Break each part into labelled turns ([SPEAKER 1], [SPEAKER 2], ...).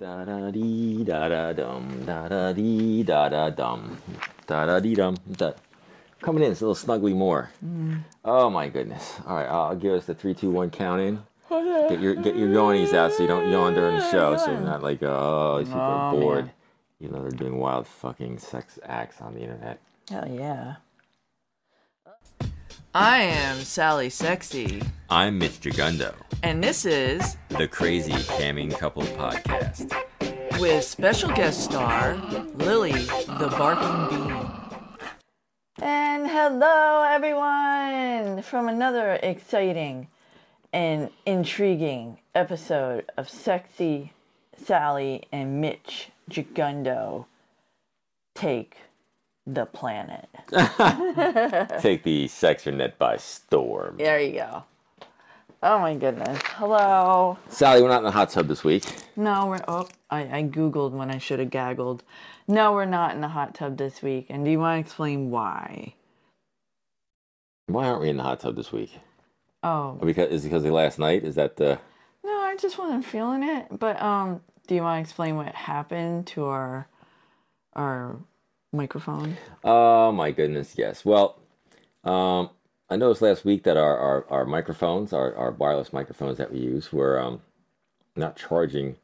[SPEAKER 1] Da da dee da da dum da da dee da da dum da da dee dum da. Coming in, it's a little snuggly more.
[SPEAKER 2] Mm.
[SPEAKER 1] Oh my goodness! All right, I'll give us the three, two, one count in. Get your get your yawnies out so you don't yawn during the show, so you're not like oh these people are
[SPEAKER 2] Oh,
[SPEAKER 1] bored.
[SPEAKER 2] man.
[SPEAKER 1] You know they're doing wild fucking sex acts on the internet.
[SPEAKER 2] Hell yeah. I am Sally Sexy,
[SPEAKER 1] I'm Mitch Gigundo,
[SPEAKER 2] and this is
[SPEAKER 1] the Crazy Camming Couple Podcast.
[SPEAKER 2] with special guest star Lily the Barking Bee. And hello, everyone, from another exciting and intriguing episode of Sexy Sally and Mitch Gigundo Take the Planet.
[SPEAKER 1] Take the sex net by storm.
[SPEAKER 2] There you go. Oh my goodness. Hello.
[SPEAKER 1] Sally, we're not in the hot tub this week.
[SPEAKER 2] No, we're. Oh, I, I Googled when I should have gaggled. No, we're not in the hot tub this week. And do you want to explain why?
[SPEAKER 1] Why aren't we in the hot tub this week?
[SPEAKER 2] Oh,
[SPEAKER 1] Because is it because of last night? Is that the
[SPEAKER 2] no, I just wasn't feeling it. But um, do you want to explain what happened to our our microphone?
[SPEAKER 1] Oh my goodness, yes. Well, um, I noticed last week that our, our, our microphones, our, our wireless microphones that we use, were um, not charging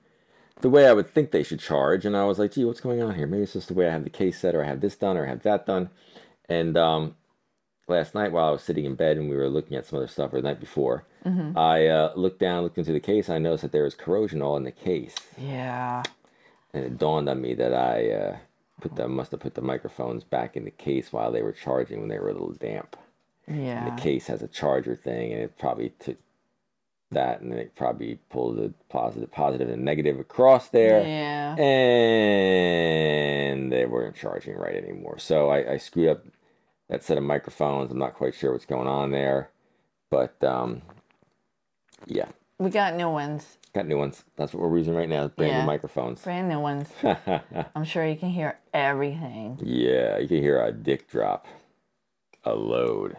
[SPEAKER 1] the way I would think they should charge. And I was like, gee, what's going on here? Maybe it's just the way I have the case set, or I have this done, or I have that done. And um, last night, while I was sitting in bed and we were looking at some other stuff, or the night before, I uh, looked down, looked into the case, and I noticed that there was corrosion all in the case.
[SPEAKER 2] Yeah.
[SPEAKER 1] And it dawned on me that I uh, put the must have put the microphones back in the case while they were charging when they were a little damp.
[SPEAKER 2] Yeah.
[SPEAKER 1] The case has a charger thing, and it probably took that, and then it probably pulled the positive, positive, and negative across there.
[SPEAKER 2] Yeah.
[SPEAKER 1] And they weren't charging right anymore. So I, I screwed up that set of microphones. I'm not quite sure what's going on there, but um, yeah,
[SPEAKER 2] We got new ones,
[SPEAKER 1] got new ones. That's what we're using right now. Brand
[SPEAKER 2] Yeah.
[SPEAKER 1] new microphones.
[SPEAKER 2] brand new ones. I'm sure you can hear everything.
[SPEAKER 1] Yeah, you can hear a dick drop. A load.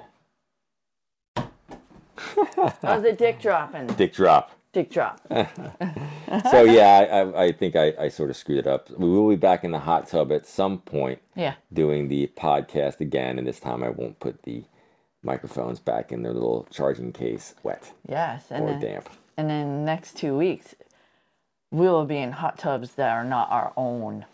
[SPEAKER 2] Oh, the dick dropping.
[SPEAKER 1] Dick drop.
[SPEAKER 2] Dick drop.
[SPEAKER 1] So yeah, I, I, I think I, I sort of screwed it up. We will be back in the hot tub at some point
[SPEAKER 2] Yeah.
[SPEAKER 1] doing the podcast again, and this time I won't put the microphones back in their little charging case wet
[SPEAKER 2] Yes. And
[SPEAKER 1] or
[SPEAKER 2] then-
[SPEAKER 1] damp.
[SPEAKER 2] And then next two weeks, we will be in hot tubs that are not our own.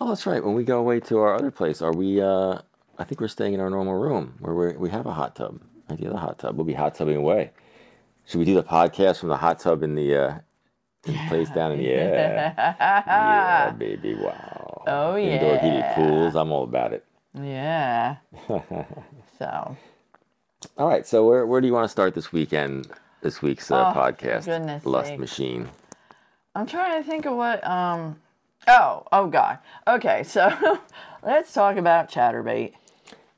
[SPEAKER 1] Oh, that's right. When we go away to our other place, are we uh I think we're staying in our normal room where we we have a hot tub. I do have a hot tub. We'll be hot tubbing away. Should we do the podcast from the hot tub in the uh in the place down in the air? Yeah, baby. Wow.
[SPEAKER 2] Oh,
[SPEAKER 1] Indoor heated
[SPEAKER 2] yeah.
[SPEAKER 1] pools. I'm all about it.
[SPEAKER 2] Yeah. so,
[SPEAKER 1] All right. So where where do you want to start this weekend? This week's uh,
[SPEAKER 2] Oh,
[SPEAKER 1] podcast,
[SPEAKER 2] goodness
[SPEAKER 1] Lust
[SPEAKER 2] sake.
[SPEAKER 1] Machine.
[SPEAKER 2] I'm trying to think of what. Um. Oh. Oh God. Okay. So, let's talk about ChatterBait.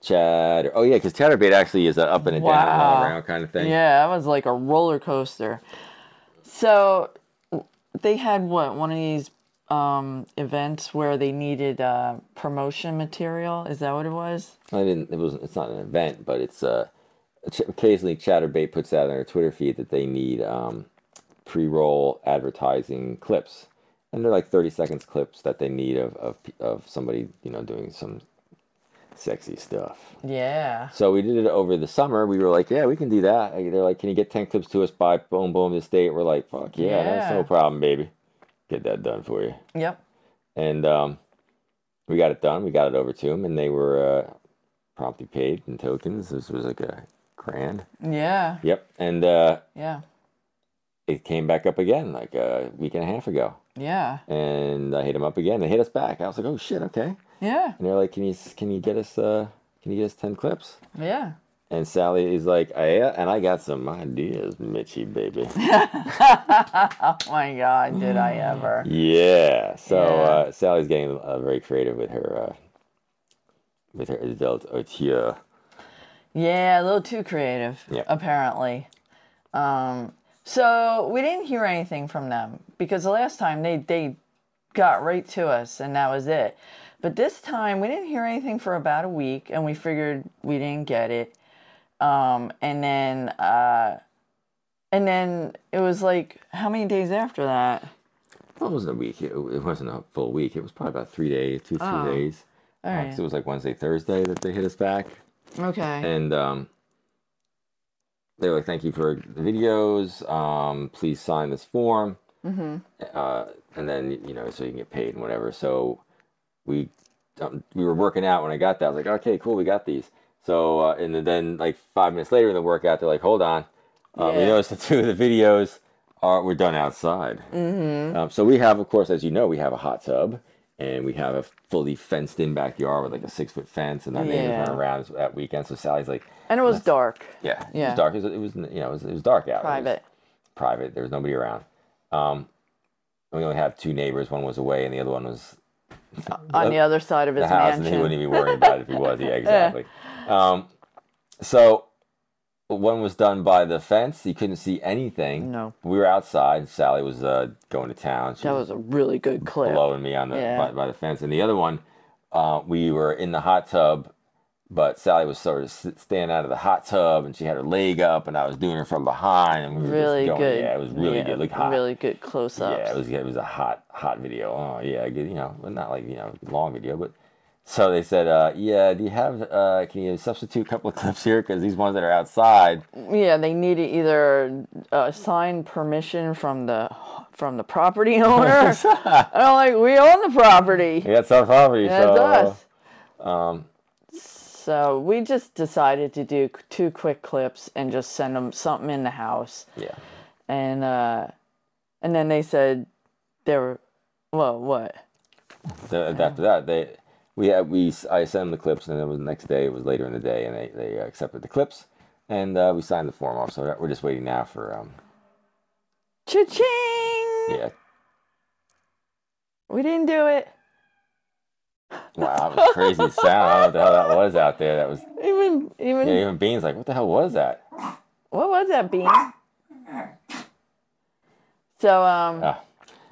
[SPEAKER 1] Chatter. Oh yeah, because ChatterBait actually is a up and a down, all
[SPEAKER 2] Wow.
[SPEAKER 1] around kind of thing.
[SPEAKER 2] Yeah, that was like a roller coaster. So they had what one of these um, events where they needed uh, promotion material. Is that what it was?
[SPEAKER 1] I didn't. It wasn't. It's not an event, but it's uh, ch- occasionally ChatterBait puts out on their Twitter feed that they need um, pre-roll advertising clips, and they're like thirty seconds clips that they need of of p- of somebody you know doing some sexy stuff.
[SPEAKER 2] Yeah.
[SPEAKER 1] So we did it over the summer. We were like, yeah, we can do that. Like, They're like, can you get ten clips to us by boom boom this date? We're like, fuck yeah, that's
[SPEAKER 2] Yeah.
[SPEAKER 1] no problem, baby. Get that done for you
[SPEAKER 2] Yep.
[SPEAKER 1] and um, we got it done. We got it over to them, and they were uh, promptly paid in tokens. This was like a grand.
[SPEAKER 2] Yeah.
[SPEAKER 1] Yep, and uh,
[SPEAKER 2] Yeah.
[SPEAKER 1] it came back up again like a week and a half ago,
[SPEAKER 2] Yeah.
[SPEAKER 1] and I hit them up again. They hit us back. I was like, oh shit, okay.
[SPEAKER 2] Yeah.
[SPEAKER 1] And they're like, can you can you get us uh, can you get us ten clips?
[SPEAKER 2] Yeah.
[SPEAKER 1] And Sally is like, I, and I got some ideas, Mitchy baby.
[SPEAKER 2] Oh my God, did I ever?
[SPEAKER 1] Yeah. So
[SPEAKER 2] Yeah.
[SPEAKER 1] Uh, Sally's getting uh, very creative with her uh, with her adult auteur.
[SPEAKER 2] Yeah, a little too creative,
[SPEAKER 1] Yep.
[SPEAKER 2] apparently. Um, so we didn't hear anything from them because the last time they they got right to us and that was it. But this time we didn't hear anything for about a week and we figured we didn't get it. Um, and then uh, And then it was like, how many days after that?
[SPEAKER 1] Well, it wasn't a week. It, it wasn't a full week. It was probably about three days, two, three
[SPEAKER 2] Oh,
[SPEAKER 1] days.
[SPEAKER 2] All
[SPEAKER 1] Uh, 'cause
[SPEAKER 2] right.
[SPEAKER 1] It was like Wednesday, Thursday that they hit us back.
[SPEAKER 2] Okay.
[SPEAKER 1] And um, they were like, thank you for the videos. Um, please sign this form.
[SPEAKER 2] Mm-hmm.
[SPEAKER 1] Uh, and then, you know, so you can get paid and whatever. So we um, we were working out when I got that. I was like, okay, cool, we got these. So, uh, and then- then like five minutes later in the workout, they're like, hold on. Uh, We
[SPEAKER 2] Yeah.
[SPEAKER 1] noticed that two of the videos are were done outside.
[SPEAKER 2] Mm-hmm.
[SPEAKER 1] Um, so we have, of course, as you know, we have a hot tub and we have a fully fenced in backyard with like a six foot fence and our neighbors
[SPEAKER 2] Yeah.
[SPEAKER 1] run around that weekend. So Sally's like,
[SPEAKER 2] And it was dark,
[SPEAKER 1] yeah, it
[SPEAKER 2] Yeah.
[SPEAKER 1] was dark. It was, it was you know, it was, it was dark out. It was
[SPEAKER 2] private.
[SPEAKER 1] private. There was nobody around. Um, we only have two neighbors. One was away and the other one was
[SPEAKER 2] On the other side of
[SPEAKER 1] the
[SPEAKER 2] his
[SPEAKER 1] house and he
[SPEAKER 2] mansion.
[SPEAKER 1] wouldn't even worry about it if he was. Yeah, exactly. um, so one was done by the fence. You couldn't see anything.
[SPEAKER 2] No.
[SPEAKER 1] We were outside and Sally was uh, going to town. She
[SPEAKER 2] That was a really good clip.
[SPEAKER 1] blowing me on the
[SPEAKER 2] Yeah.
[SPEAKER 1] by, by the fence. And the other one, uh, we were in the hot tub, but Sally was sort of s- staying out of the hot tub, and she had her leg up, and I was doing her from behind, and we were
[SPEAKER 2] Really
[SPEAKER 1] just going.
[SPEAKER 2] good.
[SPEAKER 1] Yeah, it was really
[SPEAKER 2] yeah,
[SPEAKER 1] good. Looked hot.
[SPEAKER 2] Really good close ups.
[SPEAKER 1] yeah, it was it was a hot hot video. Oh yeah, good. You know, but not like you know long video, but. So they said, uh, "Yeah, do you have? Uh, can you substitute a couple of clips here? Because these ones that are outside,
[SPEAKER 2] Yeah, they needed either uh, sign permission from the from the property owner. and I'm like, we own the property.
[SPEAKER 1] yeah, it's our property.
[SPEAKER 2] That's
[SPEAKER 1] so,
[SPEAKER 2] us.
[SPEAKER 1] Um,
[SPEAKER 2] So we just decided to do c- two quick clips and just send them something in the house,
[SPEAKER 1] yeah,
[SPEAKER 2] and uh, and then they said they were, well, what?
[SPEAKER 1] So and after that, they we had we I sent them the clips, and then it was the next day. It was later in the day, and they they accepted the clips, and uh, we signed the form off. So that- we're just waiting now for um
[SPEAKER 2] Cha-ching!
[SPEAKER 1] yeah.
[SPEAKER 2] We didn't do it.
[SPEAKER 1] Wow, that was crazy sound. I don't know what the hell that was out there. That was
[SPEAKER 2] Even even
[SPEAKER 1] yeah, even Bean's like, what the hell was that?
[SPEAKER 2] what was that bean? So um,
[SPEAKER 1] Ah.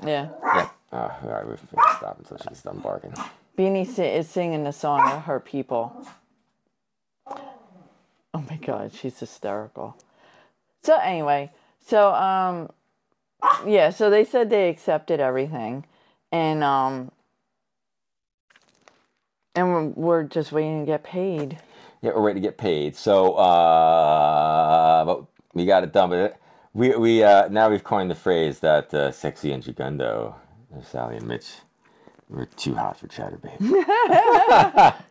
[SPEAKER 2] yeah.
[SPEAKER 1] Yeah. Oh, all right, we have to stop until she's done barking.
[SPEAKER 2] Beanie si- is singing the song of her people. Oh my god, she's hysterical. So anyway, so um yeah, so they said they accepted everything and um and we're- we're just waiting to get paid.
[SPEAKER 1] Yeah, we're ready to get paid. So, uh, but we got it done. But it- we we uh, now we've coined the phrase that uh, sexy and Gigundo, Sally and Mitch, we're too hot for chatterbait.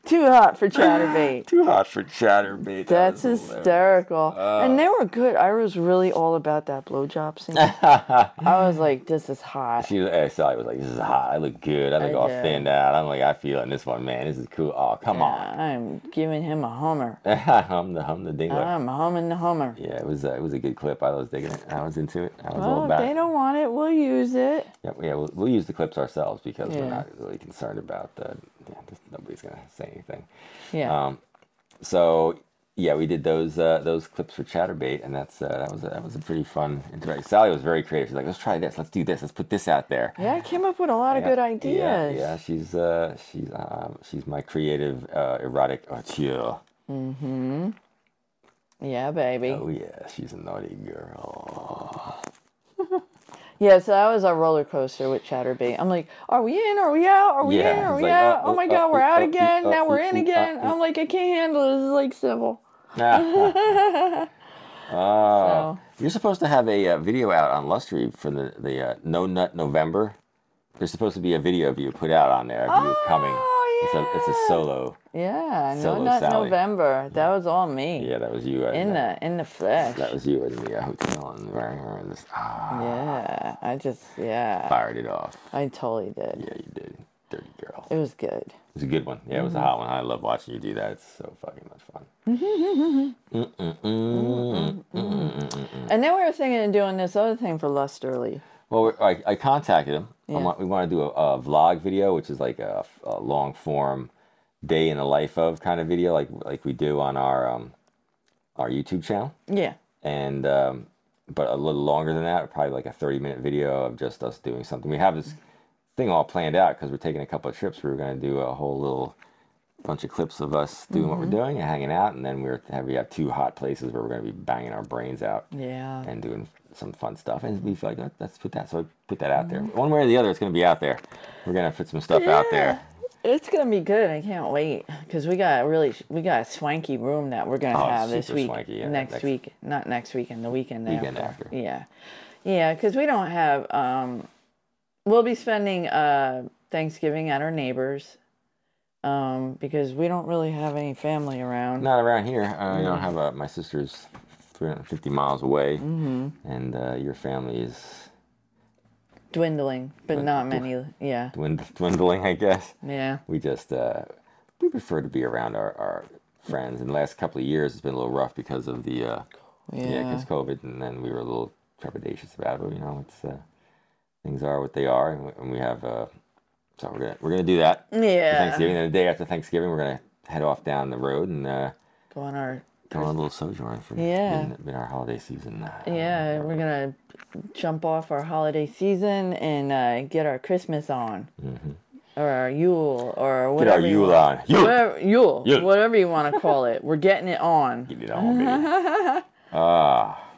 [SPEAKER 2] Too hot for chatterbait.
[SPEAKER 1] too hot for chatterbait. That
[SPEAKER 2] That's
[SPEAKER 1] is hilarious.
[SPEAKER 2] hysterical. and they were good. I was really all about that blowjob scene. I was like, this is hot.
[SPEAKER 1] She was, eh, Sally was like, "This is hot. I look good. I look
[SPEAKER 2] I
[SPEAKER 1] all
[SPEAKER 2] know.
[SPEAKER 1] thinned out. I'm like, I feel it in this one, man. This is cool. Oh, come
[SPEAKER 2] I'm giving him a hummer.
[SPEAKER 1] on. I'm the I'm the dingler.
[SPEAKER 2] I'm humming the hummer.
[SPEAKER 1] yeah, it was uh, it was a good clip. I was digging it. I was into it. I was all
[SPEAKER 2] Well, if
[SPEAKER 1] about.
[SPEAKER 2] they
[SPEAKER 1] it.
[SPEAKER 2] don't want it, we'll use it.
[SPEAKER 1] Yeah, yeah, we'll, we'll use the clips ourselves because
[SPEAKER 2] Yeah.
[SPEAKER 1] we're not really concerned about the. Yeah, just, nobody's gonna say anything.
[SPEAKER 2] Yeah.
[SPEAKER 1] Um, so yeah, we did those uh, those clips for ChatterBait, and that's uh, that was a, that was a pretty fun interaction. Sally was very creative. She's like, let's try this, let's do this, let's put this out there.
[SPEAKER 2] yeah, I came up with a lot of good ideas.
[SPEAKER 1] Yeah, yeah, she's uh, she's uh, she's my creative uh, erotic auteur.
[SPEAKER 2] Yeah, baby.
[SPEAKER 1] Oh yeah, she's a naughty girl.
[SPEAKER 2] Yeah, so that was our roller coaster with Chatterbait. I'm like, are we in? Are we out? Are we
[SPEAKER 1] Yeah,
[SPEAKER 2] in? Are
[SPEAKER 1] it's
[SPEAKER 2] we
[SPEAKER 1] like,
[SPEAKER 2] out?
[SPEAKER 1] uh,
[SPEAKER 2] oh my
[SPEAKER 1] uh,
[SPEAKER 2] God,
[SPEAKER 1] uh,
[SPEAKER 2] we're out
[SPEAKER 1] uh,
[SPEAKER 2] again.
[SPEAKER 1] uh,
[SPEAKER 2] now we're
[SPEAKER 1] uh,
[SPEAKER 2] in
[SPEAKER 1] uh,
[SPEAKER 2] again.
[SPEAKER 1] uh,
[SPEAKER 2] I'm like, I can't handle it. This is like civil.
[SPEAKER 1] Oh, Ah. you're supposed to have a uh, video out on Lustry for the the uh, No Nut November. There's supposed to be a video of you put out on there of you coming.
[SPEAKER 2] Oh,
[SPEAKER 1] It's a it's a solo.
[SPEAKER 2] Yeah, no,
[SPEAKER 1] Solo
[SPEAKER 2] not
[SPEAKER 1] Sally.
[SPEAKER 2] November. That was all me
[SPEAKER 1] Yeah, that was you uh,
[SPEAKER 2] in
[SPEAKER 1] that,
[SPEAKER 2] the in the flesh.
[SPEAKER 1] that was you in the uh, hotel and right here and this ah,
[SPEAKER 2] yeah, I just yeah,
[SPEAKER 1] fired it off.
[SPEAKER 2] I totally did.
[SPEAKER 1] Yeah, you did, dirty girl.
[SPEAKER 2] It was good.
[SPEAKER 1] It was a good one. Yeah, it was a
[SPEAKER 2] Mm-hmm.
[SPEAKER 1] hot one. I love watching you do that. It's so fucking much fun. Mm.
[SPEAKER 2] And then we were thinking of doing this other thing for Lusterly.
[SPEAKER 1] Well, we- I, I contacted him. I
[SPEAKER 2] Yeah.
[SPEAKER 1] want, we want to do a, a vlog video, which is like a, a long form day in the life of kind of video, like like we do on our um, our YouTube channel,
[SPEAKER 2] Yeah.
[SPEAKER 1] and um, but a little longer than that, probably like a thirty minute video of just us doing something. We have this thing all planned out because we're taking a couple of trips. We were going to do a whole little bunch of clips of us doing what we're doing and hanging out, and then we're have we have two hot places where we're going to be banging our brains out
[SPEAKER 2] Yeah.
[SPEAKER 1] and doing some fun stuff, and we feel like "Let- let's put that. So I put that out there. One way or the other, it's going to be out there. We're going to put some stuff out there.
[SPEAKER 2] It's gonna be good. I can't wait because we got a really we got a swanky room that we're gonna
[SPEAKER 1] Oh,
[SPEAKER 2] have this
[SPEAKER 1] super
[SPEAKER 2] week,
[SPEAKER 1] swanky, yeah,
[SPEAKER 2] next,
[SPEAKER 1] next-
[SPEAKER 2] week, not next weekend, the weekend,
[SPEAKER 1] Weekend
[SPEAKER 2] after.
[SPEAKER 1] after.
[SPEAKER 2] Yeah, yeah, because we don't have. um We'll be spending uh Thanksgiving at our neighbors, um because we don't really have any family around.
[SPEAKER 1] Not around here. Uh, You know, I have a, my sister's 350 miles away, and uh, your family is
[SPEAKER 2] Dwindling, but not many. Yeah,
[SPEAKER 1] dwind- dwindling, I guess.
[SPEAKER 2] yeah.
[SPEAKER 1] we just uh, we prefer to be around our, our friends. And the last couple of years, it's been a little rough because of the uh, yeah,
[SPEAKER 2] Yeah.
[SPEAKER 1] because COVID, and then we were a little trepidatious about it. But you know, it's uh, things are what they are, and we, and we have uh, so we're gonna we're gonna do that for
[SPEAKER 2] Yeah.
[SPEAKER 1] Thanksgiving. And the day after Thanksgiving, we're gonna head off down the road and uh,
[SPEAKER 2] Go on our
[SPEAKER 1] go on a little sojourn for
[SPEAKER 2] Yeah.
[SPEAKER 1] been, been our holiday season. Uh,
[SPEAKER 2] Yeah, we're gonna jump off our holiday season and uh, get our Christmas on, or our Yule,
[SPEAKER 1] Mm-hmm. Get
[SPEAKER 2] or
[SPEAKER 1] our
[SPEAKER 2] whatever. you-
[SPEAKER 1] Yule on. Yule!
[SPEAKER 2] Whatever, Yule,
[SPEAKER 1] Yule.
[SPEAKER 2] whatever you want to call it. We're getting it on.
[SPEAKER 1] Get it on, baby. Ah.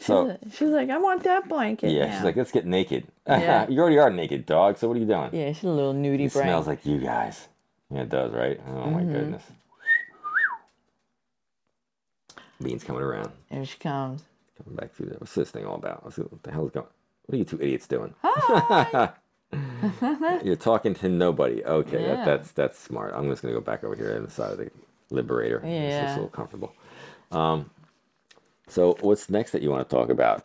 [SPEAKER 1] so
[SPEAKER 2] She's like, I want that blanket.
[SPEAKER 1] Yeah,
[SPEAKER 2] now."
[SPEAKER 1] she's like, let's get naked.
[SPEAKER 2] Yeah.
[SPEAKER 1] you already are naked, dog. So what are you doing?
[SPEAKER 2] yeah, she's a little
[SPEAKER 1] it
[SPEAKER 2] nudie brain. Mm-hmm.
[SPEAKER 1] smells like you guys. Yeah, it does, right? Oh my goodness. Beans coming around,
[SPEAKER 2] There she comes.
[SPEAKER 1] coming back through there. What's this thing all about? What's, what the hell's going? What are you two idiots doing?
[SPEAKER 2] Ah!
[SPEAKER 1] You're talking to nobody. Okay,
[SPEAKER 2] Yeah.
[SPEAKER 1] that, that's that's smart. I'm just gonna go back over here on the side of the Liberator. It's
[SPEAKER 2] Yeah.
[SPEAKER 1] just a little comfortable. Um, so what's next that you want to talk about,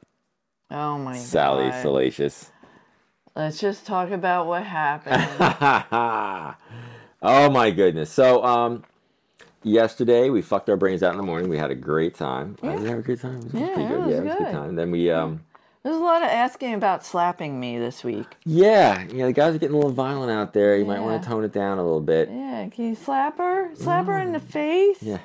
[SPEAKER 2] Oh my
[SPEAKER 1] Sally
[SPEAKER 2] god.
[SPEAKER 1] Salacious?
[SPEAKER 2] Let's just talk about what happened.
[SPEAKER 1] oh my goodness. So um yesterday we fucked our brains out in the morning. We had a great time. Oh, did we have a good time? It was
[SPEAKER 2] Yeah,
[SPEAKER 1] pretty
[SPEAKER 2] it
[SPEAKER 1] good.
[SPEAKER 2] was
[SPEAKER 1] yeah, it was a
[SPEAKER 2] good.
[SPEAKER 1] good time. then we um
[SPEAKER 2] There's a lot of asking about slapping me this week.
[SPEAKER 1] yeah, you know, the guys are getting a little violent out there. You might want
[SPEAKER 2] Yeah.
[SPEAKER 1] to tone it down a little bit.
[SPEAKER 2] Yeah, can you slap her? Slap her in the face?
[SPEAKER 1] Yeah.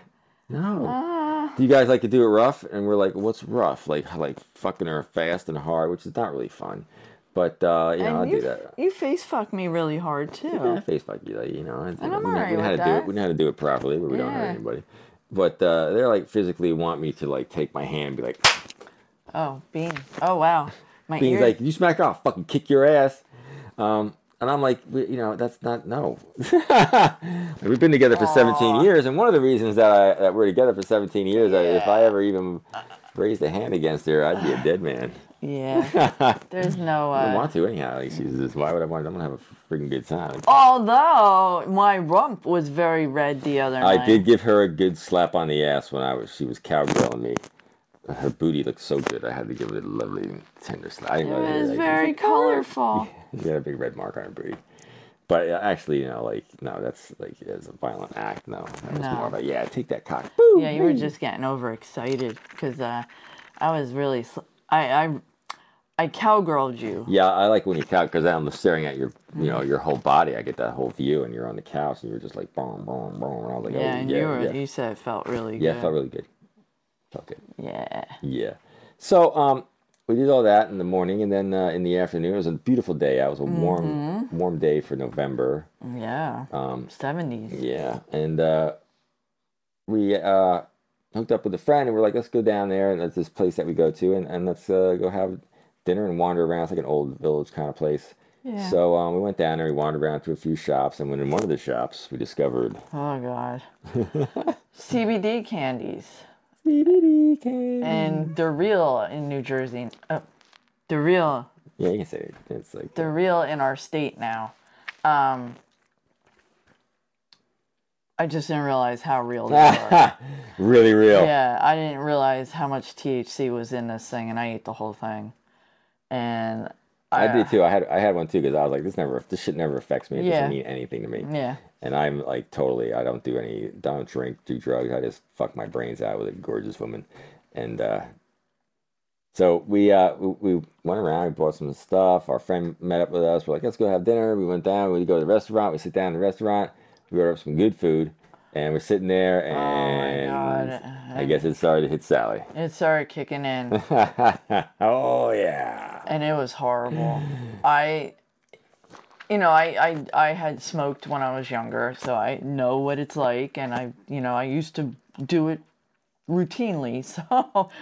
[SPEAKER 1] No.
[SPEAKER 2] Ah.
[SPEAKER 1] do you guys like to do it rough? And we're like, what's rough? Like like fucking her fast and hard, which is not really fun. But uh, you know,
[SPEAKER 2] And
[SPEAKER 1] I'll
[SPEAKER 2] you,
[SPEAKER 1] do that.
[SPEAKER 2] you face fuck me really hard too.
[SPEAKER 1] Yeah, Facebook, you like, you know, I-
[SPEAKER 2] I'm
[SPEAKER 1] we, know,
[SPEAKER 2] alright
[SPEAKER 1] we know how to
[SPEAKER 2] with
[SPEAKER 1] do
[SPEAKER 2] that.
[SPEAKER 1] it. We know how to do it properly, but we don't
[SPEAKER 2] Yeah.
[SPEAKER 1] hurt anybody. But uh, they're like physically want me to like take my hand, and be like,
[SPEAKER 2] Oh, Bean. Oh wow. My
[SPEAKER 1] being
[SPEAKER 2] ears.
[SPEAKER 1] like, you smack off, fucking kick your ass. Um, and I'm like, we, you know, that's not no. We've been together for 17 years, and one of the reasons that I that we're together for 17 years, I, if I ever even raised a hand against her, I'd be a dead man.
[SPEAKER 2] yeah. There's no.
[SPEAKER 1] I don't
[SPEAKER 2] Uh,
[SPEAKER 1] want to anyhow. Like, she's just, why would I want? I'm gonna have a freaking good time.
[SPEAKER 2] although my rump was very red the other night.
[SPEAKER 1] I did give her a good slap on the ass when I was she was cowgirling me. Her booty looked so good. I had to give it a lovely tender slap. I didn't
[SPEAKER 2] It
[SPEAKER 1] know that,
[SPEAKER 2] was
[SPEAKER 1] like,
[SPEAKER 2] very colorful.
[SPEAKER 1] She had a big red mark on her booty. But uh, actually, you know, like no, that's like as a violent act. No, that was
[SPEAKER 2] No.
[SPEAKER 1] more about yeah, take that cock. Boo.
[SPEAKER 2] Yeah, you were just getting overexcited because uh, I was really. Sl- I I I cowgirled you.
[SPEAKER 1] Yeah, I like when you cow because I'm staring at your, you
[SPEAKER 2] Mm-hmm.
[SPEAKER 1] know, your whole body. I get that whole view, and you're on the couch, and you were just like boom, boom, boom, and I was like,
[SPEAKER 2] Yeah,
[SPEAKER 1] oh,
[SPEAKER 2] and
[SPEAKER 1] yeah,
[SPEAKER 2] you were.
[SPEAKER 1] yeah,
[SPEAKER 2] You said it felt really
[SPEAKER 1] yeah,
[SPEAKER 2] good.
[SPEAKER 1] felt really good, felt good.
[SPEAKER 2] yeah.
[SPEAKER 1] Yeah. So um, we did all that in the morning, and then uh, in the afternoon, it was a beautiful day. It was a warm,
[SPEAKER 2] Mm-hmm.
[SPEAKER 1] warm day for November.
[SPEAKER 2] Yeah.
[SPEAKER 1] Um,
[SPEAKER 2] 70s.
[SPEAKER 1] yeah, and uh, we uh, hooked up with a friend, and we're like, let's go down there, and that's this place that we go to, and, and let's uh, go have dinner and wander around. It's like an old village kind of place.
[SPEAKER 2] Yeah.
[SPEAKER 1] So um, we went down there, we wandered around to a few shops, and when in one of the shops, we discovered
[SPEAKER 2] Oh god. CBD candies.
[SPEAKER 1] CBD candy.
[SPEAKER 2] and the real in New Jersey. Uh, the real,
[SPEAKER 1] Yeah, you can say it. It's like
[SPEAKER 2] the real in our state now. Um, I just didn't realize how real they were.
[SPEAKER 1] really real.
[SPEAKER 2] yeah, I didn't realize how much THC was in this thing, and I ate the whole thing. And
[SPEAKER 1] I did too. I had I had one too because I was like, this never, this shit never affects me. It
[SPEAKER 2] Yeah. Mm-hmm.
[SPEAKER 1] doesn't mean anything to me.
[SPEAKER 2] yeah,
[SPEAKER 1] And I'm like totally. I don't do any. Don't drink. Do drugs. I just fuck my brains out with a gorgeous woman. And uh, so we uh we, we went around. We bought some stuff. Our friend met up with us. We're like, let's go have dinner. We went down. We go to the restaurant. We sit down in the restaurant. We order up some good food. And we're sitting there. And
[SPEAKER 2] Oh God.
[SPEAKER 1] I guess it started to hit Sally.
[SPEAKER 2] it started kicking in,
[SPEAKER 1] oh yeah.
[SPEAKER 2] and it was horrible. I. You know, I, I I had smoked when I was younger, so I know what it's like, and I you know I used to do it routinely, so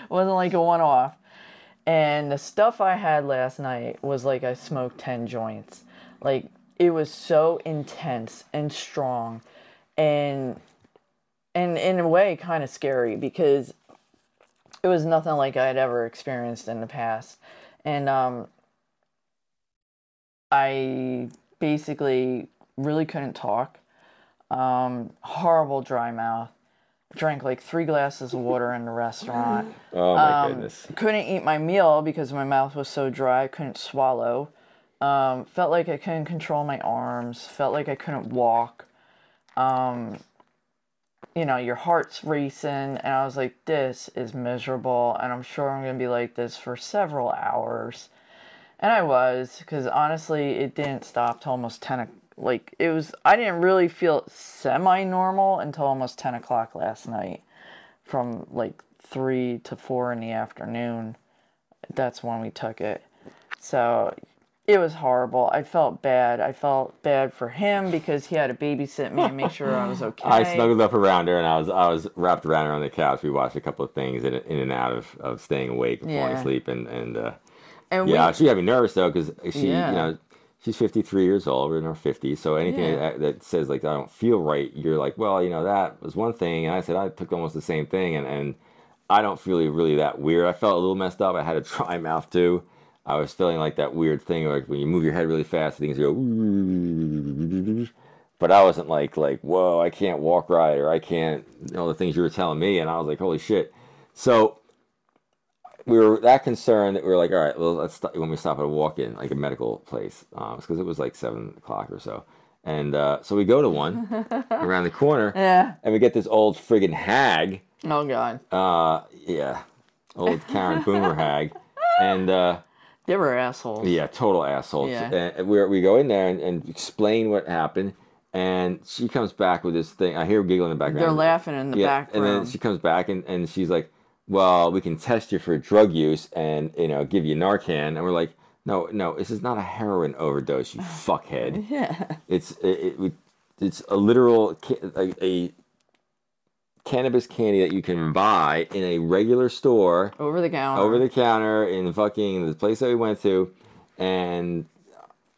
[SPEAKER 2] it wasn't like a one off. And the stuff I had last night was like I smoked 10 joints. Like it was so intense and strong and and in a way kind of scary because it was nothing like I'd ever experienced in the past. And um I basically really couldn't talk. Um horrible dry mouth. Drank like three glasses of water in the restaurant.
[SPEAKER 1] Oh
[SPEAKER 2] Um,
[SPEAKER 1] my goodness.
[SPEAKER 2] couldn't eat my meal because my mouth was so dry i couldn't swallow um, felt like i couldn't control my arms felt like i couldn't walk um, you know your heart's racing and i was like this is miserable and i'm sure i'm going to be like this for several hours and i was because honestly it didn't stop till almost 10 o- like it was i didn't really feel semi-normal until almost 10 o'clock last night from like three to four in the afternoon. That's when we took it. So it was horrible. I felt bad. I felt bad for him because he had to babysit me and make sure I was okay.
[SPEAKER 1] I snuggled up around her and I was I was wrapped around her on the couch. We watched a couple of things in, in and out of, of staying awake and falling
[SPEAKER 2] Yeah.
[SPEAKER 1] asleep and and uh,
[SPEAKER 2] and
[SPEAKER 1] yeah,
[SPEAKER 2] we,
[SPEAKER 1] she had me nervous though because she
[SPEAKER 2] Yeah.
[SPEAKER 1] you know she's 53 years old. We're in our 50s, so anything
[SPEAKER 2] Yeah.
[SPEAKER 1] that, that says like I don't feel right, you're like, well, you know that was one thing, and I said I took almost the same thing, and and I don't feel really that weird. I felt a little messed up. I had a dry mouth too. I was feeling like that weird thing, like when you move your head really fast, things go. But I wasn't like like whoa, I can't walk right, or I can't all the things you were telling me, and I was like, holy shit. So we were that concerned that we were like, all right, well, let's stop, when we stop at a walk-in, like a medical place, because it was like seven o'clock or so, and uh, so we go to one around the corner,
[SPEAKER 2] yeah.
[SPEAKER 1] and we get this old friggin' hag,
[SPEAKER 2] Oh God,
[SPEAKER 1] uh, yeah, old Karen Boomer hag, and. Uh,
[SPEAKER 2] they were assholes.
[SPEAKER 1] yeah, total asshole.
[SPEAKER 2] Yeah.
[SPEAKER 1] And we we go in there and, and explain what happened, and she comes back with this thing. I hear her giggling in the background.
[SPEAKER 2] They're laughing in the
[SPEAKER 1] yeah,
[SPEAKER 2] back
[SPEAKER 1] and
[SPEAKER 2] room.
[SPEAKER 1] then she comes back and, and she's like, "Well, we can test you for drug use and you know give you Narcan." And we're like, "No, no, this is not a heroin overdose, you fuckhead.
[SPEAKER 2] yeah.
[SPEAKER 1] It's it, it it's a literal ca- a, a cannabis candy that you can buy in a regular store."
[SPEAKER 2] Over the counter.
[SPEAKER 1] over the counter in fucking the place that we went to, and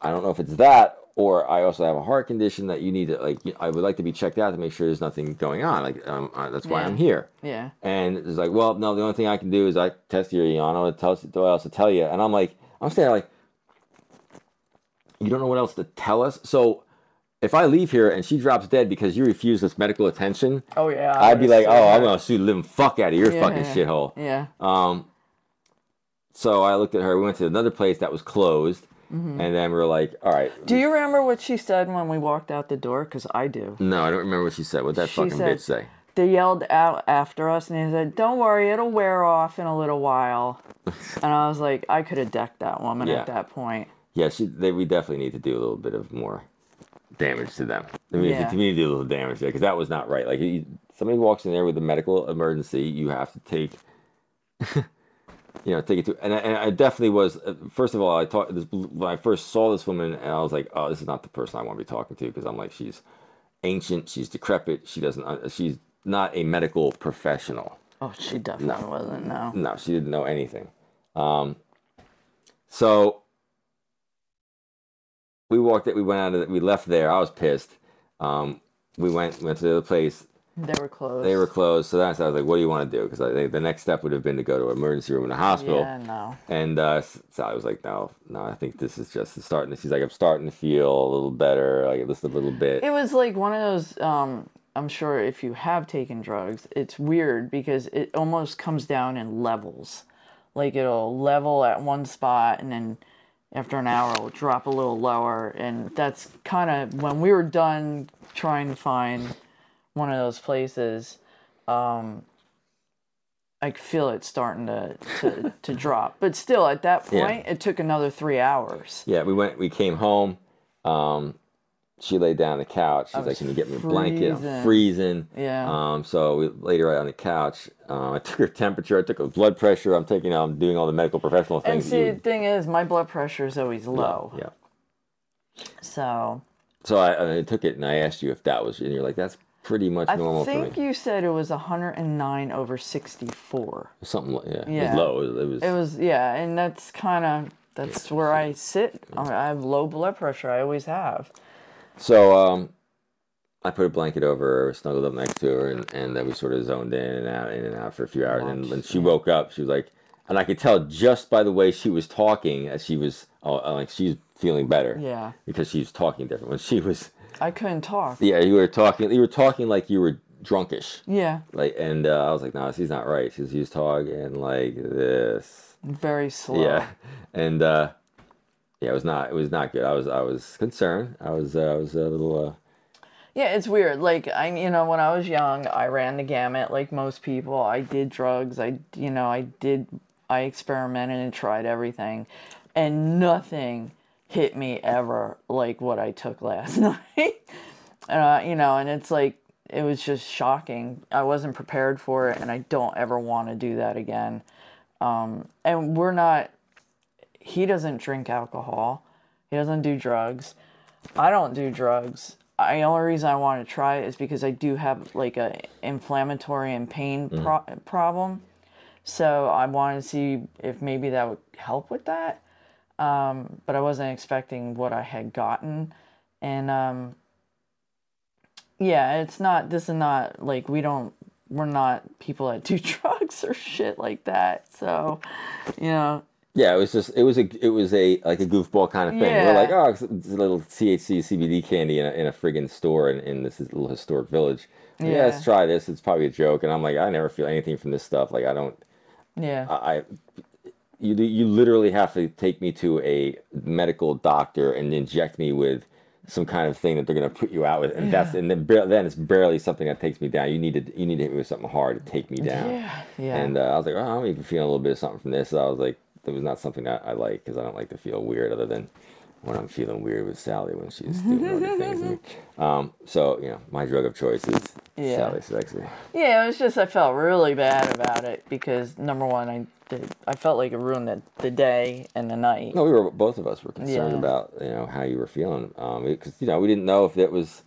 [SPEAKER 1] I don't know if it's that or I also have a heart condition that you need to like. I would like to be checked out to make sure there's nothing going on. Like um, uh, that's why
[SPEAKER 2] Yeah.
[SPEAKER 1] I'm here.
[SPEAKER 2] yeah.
[SPEAKER 1] And it's like, well, no, the only thing I can do is I test your Iano and tell us what else to tell you. And I'm like, I'm standing there like, you don't know what else to tell us. So if I leave here and she drops dead because you refuse this medical attention,
[SPEAKER 2] Oh yeah. I
[SPEAKER 1] I'd be
[SPEAKER 2] would've
[SPEAKER 1] like, oh, I'm
[SPEAKER 2] said
[SPEAKER 1] gonna sue the living fuck out of your
[SPEAKER 2] Yeah.
[SPEAKER 1] fucking shithole.
[SPEAKER 2] that. Yeah.
[SPEAKER 1] Um, so I looked at her. We went to another place that was closed,
[SPEAKER 2] Mm-hmm.
[SPEAKER 1] and then we were like, "All right,
[SPEAKER 2] Do you remember what she said when we walked out the door? Because I do.
[SPEAKER 1] no, I don't remember what she said. What that
[SPEAKER 2] She
[SPEAKER 1] fucking
[SPEAKER 2] said-
[SPEAKER 1] bitch say?"
[SPEAKER 2] they yelled out after us and they said, Don't worry, it'll wear off in a little while. and I was like, I could have decked that woman
[SPEAKER 1] Yeah.
[SPEAKER 2] at that point.
[SPEAKER 1] Yeah, she. They, we definitely need to do a little bit of more damage to them. I mean,
[SPEAKER 2] Yeah.
[SPEAKER 1] we need to do a little damage there because that was not right. Like, you, somebody walks in there with a medical emergency, you have to take. You know, take it to, and I, and I definitely was. uh, First of all, I talked this when I first saw this woman, and I was like, "Oh, this is not the person I want to be talking to," because I'm like, she's ancient, she's decrepit, she doesn't, uh, she's not a medical professional.
[SPEAKER 2] Oh, she definitely wasn't, no.
[SPEAKER 1] No, she didn't know anything. Um, so we walked it. We went out of. The, we left there. I was pissed. Um, we went went to the other place.
[SPEAKER 2] They were closed.
[SPEAKER 1] They were closed. So that's I was like, "What do you want to do?" Because I think the next step would have been to go to an emergency room in a hospital.
[SPEAKER 2] Yeah, no.
[SPEAKER 1] And uh, S- Sally was like, "No, no, I think this is just the starting." She's like, "I'm starting to feel a little better, like just a little bit."
[SPEAKER 2] It was like one of those, um, I'm sure if you have taken drugs, it's weird because it almost comes down in levels. Like it'll level at one spot and then after an hour it'll drop a little lower. And that's kind of when we were done trying to find one of those places. Um, I could feel it starting to, to, to drop. But still, at that
[SPEAKER 1] Yeah.
[SPEAKER 2] point, it took another three hours.
[SPEAKER 1] Yeah, we went. We came home. Um, she laid down on the couch. She's like,
[SPEAKER 2] was
[SPEAKER 1] "Can you get me a blanket? I'm
[SPEAKER 2] freezing.
[SPEAKER 1] freezing."
[SPEAKER 2] Yeah.
[SPEAKER 1] Um, so we laid her out on the couch. Um, I took her temperature. I took her blood pressure. I'm taking. I'm doing all the medical professional
[SPEAKER 2] and
[SPEAKER 1] things. that you
[SPEAKER 2] see, the
[SPEAKER 1] would-
[SPEAKER 2] thing is, my blood pressure is always low.
[SPEAKER 1] yeah.
[SPEAKER 2] So
[SPEAKER 1] So I, I took it and I asked you if that was, and you're like, "That's pretty much normal
[SPEAKER 2] I
[SPEAKER 1] for me.
[SPEAKER 2] think you said it was 109 over 64.
[SPEAKER 1] Something like yeah,
[SPEAKER 2] Yeah.
[SPEAKER 1] it was low. It was,
[SPEAKER 2] It was yeah, and that's kind of that's where I sit. I I have low blood pressure. I always have.
[SPEAKER 1] so. Um, I put a blanket over her, snuggled up next to her, and, and then we sort of zoned in and out, in and out for a few hours. And when she woke up, she was like, and I could tell just by the way she was talking as she was, oh, uh, like she's feeling better.
[SPEAKER 2] Yeah.
[SPEAKER 1] Because she was talking different. When she was,
[SPEAKER 2] I couldn't talk.
[SPEAKER 1] yeah, you were talking, you were talking like you were drunkish.
[SPEAKER 2] Yeah,
[SPEAKER 1] Like, and uh, I was like, no, she's not right. She's used talking like this.
[SPEAKER 2] very slow.
[SPEAKER 1] Yeah, and uh, yeah, it was not it was not good. I was I was concerned. I was uh, I was a little. Uh,
[SPEAKER 2] Yeah, it's weird. Like I, you know, when I was young, I ran the gamut. Like most people, I did drugs. I, you know, I did, I experimented and tried everything, and nothing hit me ever like what I took last night. Uh, you know, and it's like it was just shocking. I wasn't prepared for it, and I don't ever want to do that again. Um, and we're not. He doesn't drink alcohol. He doesn't do drugs. I don't do drugs. I the only reason I want to try it is because I do have like a inflammatory and pain pro- problem. So I wanted to see if maybe that would help with that. Um, but I wasn't expecting what I had gotten, and um, yeah, it's not. This is not like we don't. We're not people that do drugs or shit like that. So, you know,
[SPEAKER 1] yeah, it was just it was a it was a like a goofball kind of thing. We're like,
[SPEAKER 2] Yeah.
[SPEAKER 1] oh, it's it's a little THC CBD candy in a, in a friggin' store in, in this little historic village. Yeah. let's
[SPEAKER 2] Yeah.
[SPEAKER 1] try this. It's probably a joke. And I'm like, I never feel anything from this stuff. Like I don't.
[SPEAKER 2] yeah,
[SPEAKER 1] I. I you, you literally have to take me to a medical doctor and inject me with some kind of thing that they're going to put you out with and that's and then, bar- then it's barely something that takes me down you need to you need to hit me with something hard to take me down
[SPEAKER 2] yeah, yeah.
[SPEAKER 1] and uh, I was like, oh, I'm even feeling a little bit of something from this. So I was like, that was not something that I like because I don't like to feel weird, other than when I'm feeling weird with Sally when she's doing naughty things. to me. Um, so you know, my drug of choice is
[SPEAKER 2] Yeah.
[SPEAKER 1] Sally Sexy.
[SPEAKER 2] Yeah, it was just I felt really bad about it because number one, I did, I felt like it ruined the, the day and the night.
[SPEAKER 1] No, we were both of us were concerned
[SPEAKER 2] Yeah.
[SPEAKER 1] about you know how you were feeling because you know we didn't know if it was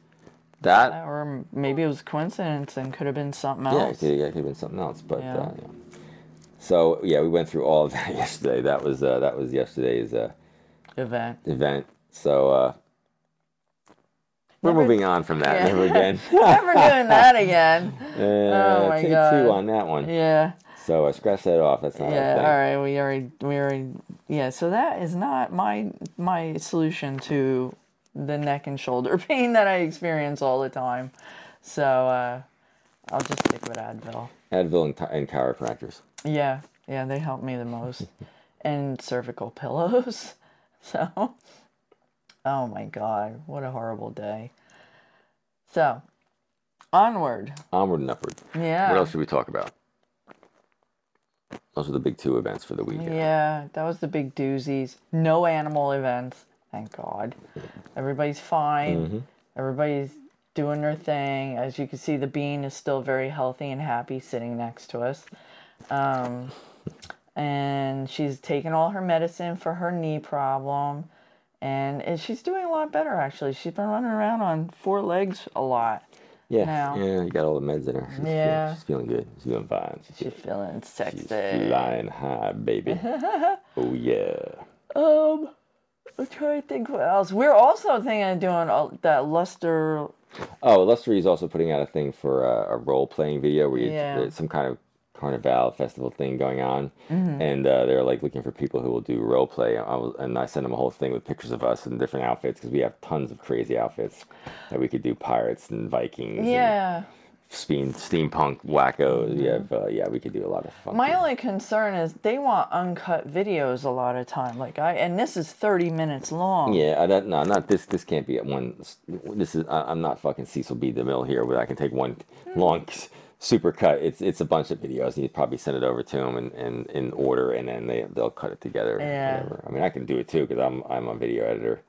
[SPEAKER 1] that.
[SPEAKER 2] Or maybe it was coincidence and could have been something
[SPEAKER 1] Yeah, it
[SPEAKER 2] else.
[SPEAKER 1] could, yeah, it could have been something else, but
[SPEAKER 2] Yeah.
[SPEAKER 1] uh, yeah. So yeah, we went through all of that yesterday. That was uh, that was yesterday's uh,
[SPEAKER 2] Event.
[SPEAKER 1] event. So uh, we're
[SPEAKER 2] Never-
[SPEAKER 1] moving on from that.
[SPEAKER 2] Yeah.
[SPEAKER 1] Never again.
[SPEAKER 2] Never doing that again.
[SPEAKER 1] Uh,
[SPEAKER 2] my
[SPEAKER 1] take
[SPEAKER 2] God.
[SPEAKER 1] two on that one.
[SPEAKER 2] Yeah.
[SPEAKER 1] So I scratched that off. That's not a
[SPEAKER 2] Yeah. All
[SPEAKER 1] thing.
[SPEAKER 2] right. We already. We already. Yeah. So that is not my my solution to the neck and shoulder pain that I experience all the time. So uh, I'll just stick with Advil.
[SPEAKER 1] Advil and, chi- and chiropractors.
[SPEAKER 2] Yeah, yeah, they help me the most. and cervical pillows. So, oh my God, what a horrible day. So, onward.
[SPEAKER 1] Onward and upward.
[SPEAKER 2] Yeah.
[SPEAKER 1] What else should we talk about? Those are the big two events for the weekend.
[SPEAKER 2] Yeah, that was the big doozies. No animal events. Thank God. Everybody's fine. Everybody's doing their thing. As you can see, the bean is still very healthy and happy sitting next to us. Um, and she's taking all her medicine for her knee problem. And, and she's doing a lot better, actually. She's been running around on four legs a lot.
[SPEAKER 1] Yeah.
[SPEAKER 2] Now-
[SPEAKER 1] Yeah. You got all the meds in her. She's feeling-
[SPEAKER 2] Yeah.
[SPEAKER 1] she's feeling good. She's doing fine. She's,
[SPEAKER 2] She's feeling
[SPEAKER 1] she's
[SPEAKER 2] sexy.
[SPEAKER 1] flying high, baby. oh yeah.
[SPEAKER 2] Um, I'm trying to think what else. We're also thinking of doing all that luster.
[SPEAKER 1] Oh, Lustery is also putting out a thing for uh, a role playing video where you,
[SPEAKER 2] Yeah.
[SPEAKER 1] there's some kind of carnival festival thing going on,
[SPEAKER 2] Mm-hmm.
[SPEAKER 1] and uh, they're like looking for people who will do role play. I was, and I sent them a whole thing with pictures of us in different outfits because we have tons of crazy outfits that we could do pirates and Vikings, and
[SPEAKER 2] Yeah.
[SPEAKER 1] steam steampunk wackos. We have uh, yeah, we could do a lot of fun.
[SPEAKER 2] Mm-hmm. My only concern is they want uncut videos a lot of time. Like I, and this is 30 minutes long.
[SPEAKER 1] yeah, I don't, no, not this. This can't be at one. This is I, I'm not fucking Cecil B. DeMille here, where I can take one long super cut. It's it's a bunch of videos, and you probably send it over to them and, and in order, and then they they'll cut it together. and
[SPEAKER 2] Yeah.
[SPEAKER 1] Whatever. I mean, I can do it too because I'm I'm a video editor.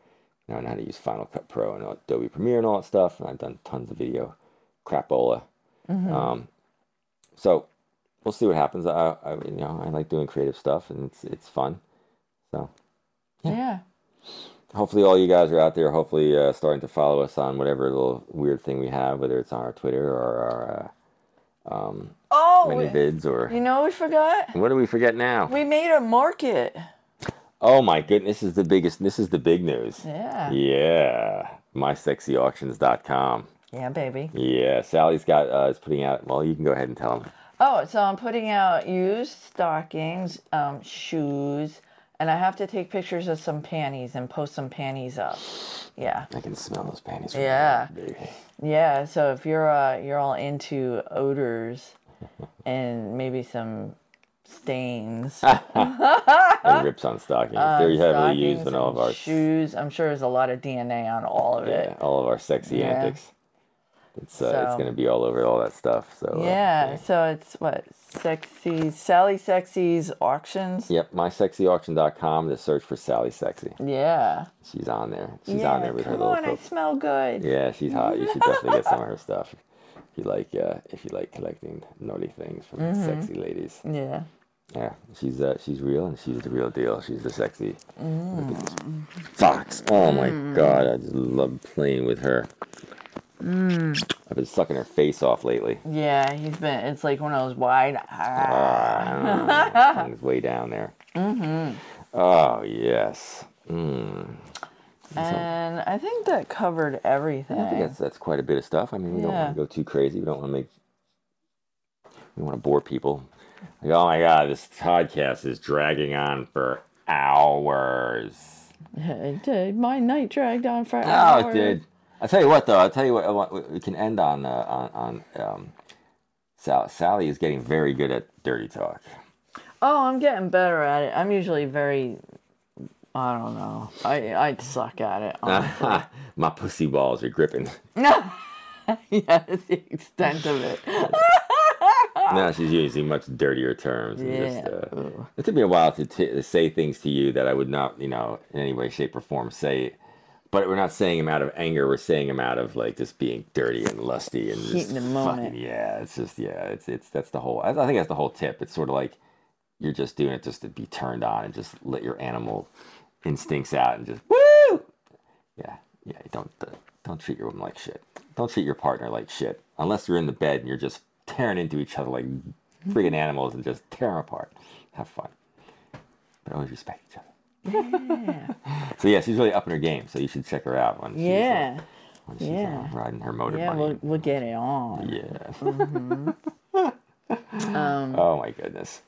[SPEAKER 1] You know, I know how to use Final Cut Pro and Adobe Premiere and all that stuff, and I've done tons of video crapola. Um, so we'll see what happens. I, I you know I like doing creative stuff, and it's it's fun. So
[SPEAKER 2] Yeah.
[SPEAKER 1] hopefully all you guys are out there hopefully uh, starting to follow us on whatever little weird thing we have whether it's on our twitter or our uh, um,
[SPEAKER 2] Oh,
[SPEAKER 1] mini
[SPEAKER 2] we-
[SPEAKER 1] vids or
[SPEAKER 2] you know what we forgot?
[SPEAKER 1] what do we forget now
[SPEAKER 2] We made a market.
[SPEAKER 1] oh my goodness this is the biggest this is the big news
[SPEAKER 2] Yeah.
[SPEAKER 1] yeah mysexyauctions.com
[SPEAKER 2] Yeah, baby.
[SPEAKER 1] yeah sally's got uh, is putting out well you can go ahead and tell them
[SPEAKER 2] Oh, so I'm putting out used stockings, um, shoes, and I have to take pictures of some panties and post some panties up. Yeah.
[SPEAKER 1] i can smell those panties from
[SPEAKER 2] Yeah.
[SPEAKER 1] here, baby.
[SPEAKER 2] Yeah, so if you're uh, you're all into odors and maybe some stains,
[SPEAKER 1] and rips on stockings they're heavily used
[SPEAKER 2] Uh, stockings
[SPEAKER 1] in all of
[SPEAKER 2] and
[SPEAKER 1] our
[SPEAKER 2] shoes. I'm sure there's a lot of DNA on all of
[SPEAKER 1] yeah,
[SPEAKER 2] it.
[SPEAKER 1] all of our sexy
[SPEAKER 2] Yeah.
[SPEAKER 1] antics it's uh, it's
[SPEAKER 2] So-
[SPEAKER 1] gonna be all over all that stuff so uh,
[SPEAKER 2] Yeah, so it's what sexy Sally Sexy's auctions.
[SPEAKER 1] Yep, mysexyauction.com to search for Sally Sexy.
[SPEAKER 2] Yeah,
[SPEAKER 1] She's on there. She's
[SPEAKER 2] yeah.
[SPEAKER 1] on there with her
[SPEAKER 2] come
[SPEAKER 1] little
[SPEAKER 2] on, I
[SPEAKER 1] profile.
[SPEAKER 2] smell good.
[SPEAKER 1] Yeah, she's hot. You should definitely get some of her stuff if you like uh, if you like collecting naughty things from
[SPEAKER 2] Mm-hmm.
[SPEAKER 1] sexy ladies.
[SPEAKER 2] Yeah.
[SPEAKER 1] Yeah, she's uh, she's real and she's the real deal. She's the sexy. Look at
[SPEAKER 2] Mm.
[SPEAKER 1] this fox. Oh my god, I just love playing with her.
[SPEAKER 2] Mm.
[SPEAKER 1] I've been sucking her face off lately.
[SPEAKER 2] Yeah, he's been. It's like one of those wide.
[SPEAKER 1] Ah, tongue's way down there. Mm-hmm. Oh yes. Mm.
[SPEAKER 2] and I think that covered everything.
[SPEAKER 1] I think that's that's quite a bit of stuff. I mean, we don't
[SPEAKER 2] Yeah.
[SPEAKER 1] want to go too crazy. We don't want to make we want to bore people. Like, oh my god, this podcast is dragging on for hours.
[SPEAKER 2] It did. My night dragged on for
[SPEAKER 1] Oh,
[SPEAKER 2] hours.
[SPEAKER 1] it did. I tell you what, though. I'll tell you what. I want- We can end on uh, on on. Um, Sal, Sally is getting very good at dirty talk.
[SPEAKER 2] Oh, I'm getting better at it. I'm usually very. I don't know. I I suck at it.
[SPEAKER 1] Ah.
[SPEAKER 2] honestly.
[SPEAKER 1] My pussy balls are gripping.
[SPEAKER 2] yeah, it's the extent of it.
[SPEAKER 1] now she's using much dirtier terms. and just,
[SPEAKER 2] Ah. Yeah.
[SPEAKER 1] uh, it took me a while to, t- to say things to you that I would not, you know, in any way, shape, or form say. But we're not saying them out of anger. We're saying them out of like just being dirty and lusty and just
[SPEAKER 2] Heat in the moment.
[SPEAKER 1] fucking- yeah, it's just yeah, it's it's that's the whole. I, I think that's the whole tip. It's sort of like you're just doing it just to be turned on and just let your animal instincts out and just woo. Yeah, yeah. Don't uh, don't treat your woman like shit. Don't treat your partner like shit unless you're in the bed and you're just tearing into each other like friggin' animals and just tear 'em apart. Have fun, but always respect each other. so yeah, she's really upping her game. So you should check her out when she's, uh,
[SPEAKER 2] Yeah.
[SPEAKER 1] when she's uh,
[SPEAKER 2] yeah.
[SPEAKER 1] riding her motorbike.
[SPEAKER 2] Yeah, we'll, we'll get it on.
[SPEAKER 1] Yeah. oh my goodness.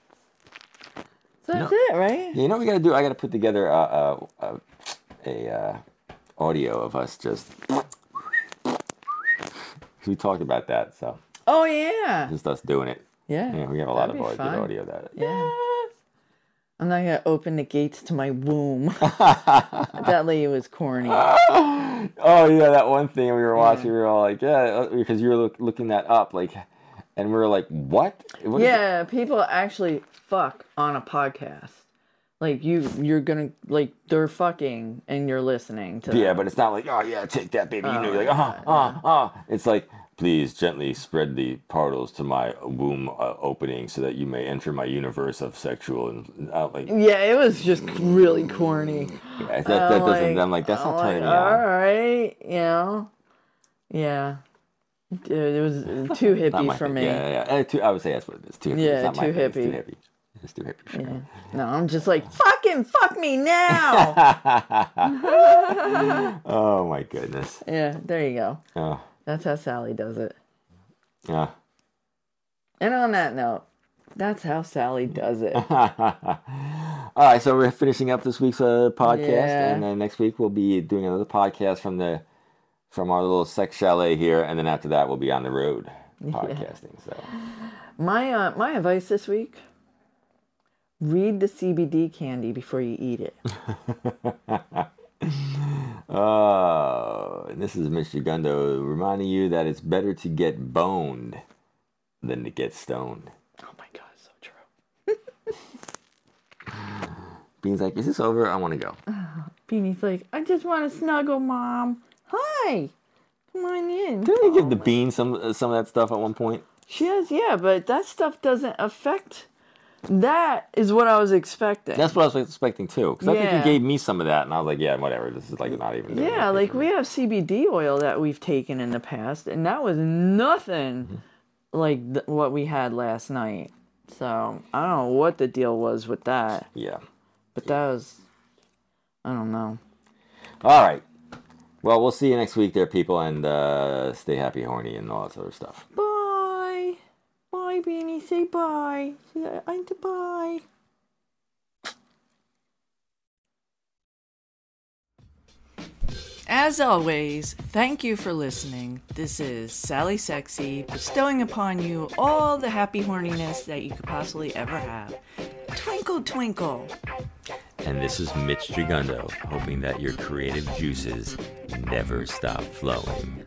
[SPEAKER 2] Um, So that's it, right?
[SPEAKER 1] You know what we gotta do? I gotta put together a a, a, a uh, audio of us just. We talked about that, so
[SPEAKER 2] Oh, yeah.
[SPEAKER 1] just us doing it.
[SPEAKER 2] Yeah.
[SPEAKER 1] Yeah, we got a lot of
[SPEAKER 2] That'd be
[SPEAKER 1] au- good
[SPEAKER 2] fun.
[SPEAKER 1] audio that.
[SPEAKER 2] Yeah. I'm not going to open the gates to my womb. that lady was corny.
[SPEAKER 1] Oh yeah, that one thing we were watching, we were all like, yeah, uh, because you were look, looking that up, like, and we were like, what? What is that?
[SPEAKER 2] yeah, people actually fuck on a podcast. Like you, you're gonna like they're fucking and you're listening to.
[SPEAKER 1] Yeah, but it's not like, oh yeah, take that, baby. You know, you're
[SPEAKER 2] Oh,
[SPEAKER 1] like, ah, ah, ah. It's like, please gently spread the particles to my womb uh, opening so that you may enter my universe of sexual and uh, like.
[SPEAKER 2] them. Yeah, it was just really corny.
[SPEAKER 1] That, that
[SPEAKER 2] I'm
[SPEAKER 1] doesn't. I'm like, that's
[SPEAKER 2] I'm
[SPEAKER 1] not turning me
[SPEAKER 2] oh, like, oh,
[SPEAKER 1] on.
[SPEAKER 2] All right, you know, yeah. Dude, it was too
[SPEAKER 1] Not my
[SPEAKER 2] hippie for
[SPEAKER 1] thing.
[SPEAKER 2] me.
[SPEAKER 1] Yeah, yeah. yeah. Uh, too, I would say that's what it is. Too hippie.
[SPEAKER 2] Yeah,
[SPEAKER 1] it's not my
[SPEAKER 2] too
[SPEAKER 1] thing. It's
[SPEAKER 2] hippie.
[SPEAKER 1] too hippie. It's too hippie. for me.
[SPEAKER 2] No, I'm just like fucking fuck me now.
[SPEAKER 1] Oh my goodness.
[SPEAKER 2] yeah, there you go.
[SPEAKER 1] Oh,
[SPEAKER 2] That's how Sally does it.
[SPEAKER 1] yeah.
[SPEAKER 2] And on that note, that's how Sally does it.
[SPEAKER 1] All right, so we're finishing up this week's uh, podcast,
[SPEAKER 2] Yeah.
[SPEAKER 1] and then next week we'll be doing another podcast from the from our little sex chalet here, and then after that we'll be on the road podcasting. So
[SPEAKER 2] My uh, my advice this week: read the CBD candy before you eat it.
[SPEAKER 1] Oh, and this is Mr. Gundo reminding you that it's better to get boned than to get stoned.
[SPEAKER 2] oh my god, so true.
[SPEAKER 1] Bean's like, is this over? I want to go.
[SPEAKER 2] Beanie's like, I just want to snuggle, mom. Hi, come on in.
[SPEAKER 1] Didn't they give the bean some uh, some of that stuff at one point?
[SPEAKER 2] She has yeah, but that stuff doesn't affect That is what I was expecting.
[SPEAKER 1] That's what I was expecting too. Because I think
[SPEAKER 2] Yeah.
[SPEAKER 1] you gave me some of that, and I was like, yeah, whatever. This is like not even. doing
[SPEAKER 2] yeah,
[SPEAKER 1] anything
[SPEAKER 2] like
[SPEAKER 1] for
[SPEAKER 2] we
[SPEAKER 1] me.
[SPEAKER 2] have CBD oil that we've taken in the past, and that was nothing like th- what we had last night. So I don't know what the deal was with that,
[SPEAKER 1] Yeah.
[SPEAKER 2] but that was, I don't know.
[SPEAKER 1] All right. Well, we'll see you next week, there, people, and uh, stay happy, horny, and all that sort of stuff.
[SPEAKER 2] Bye, bye, Beanie. Say bye. Say, I bye. As always, thank you for listening. This is Sally Sexy, bestowing upon you all the happy horniness that you could possibly ever have. Twinkle, twinkle.
[SPEAKER 3] And this is Mitch Gigundo, hoping that your creative juices never stop flowing.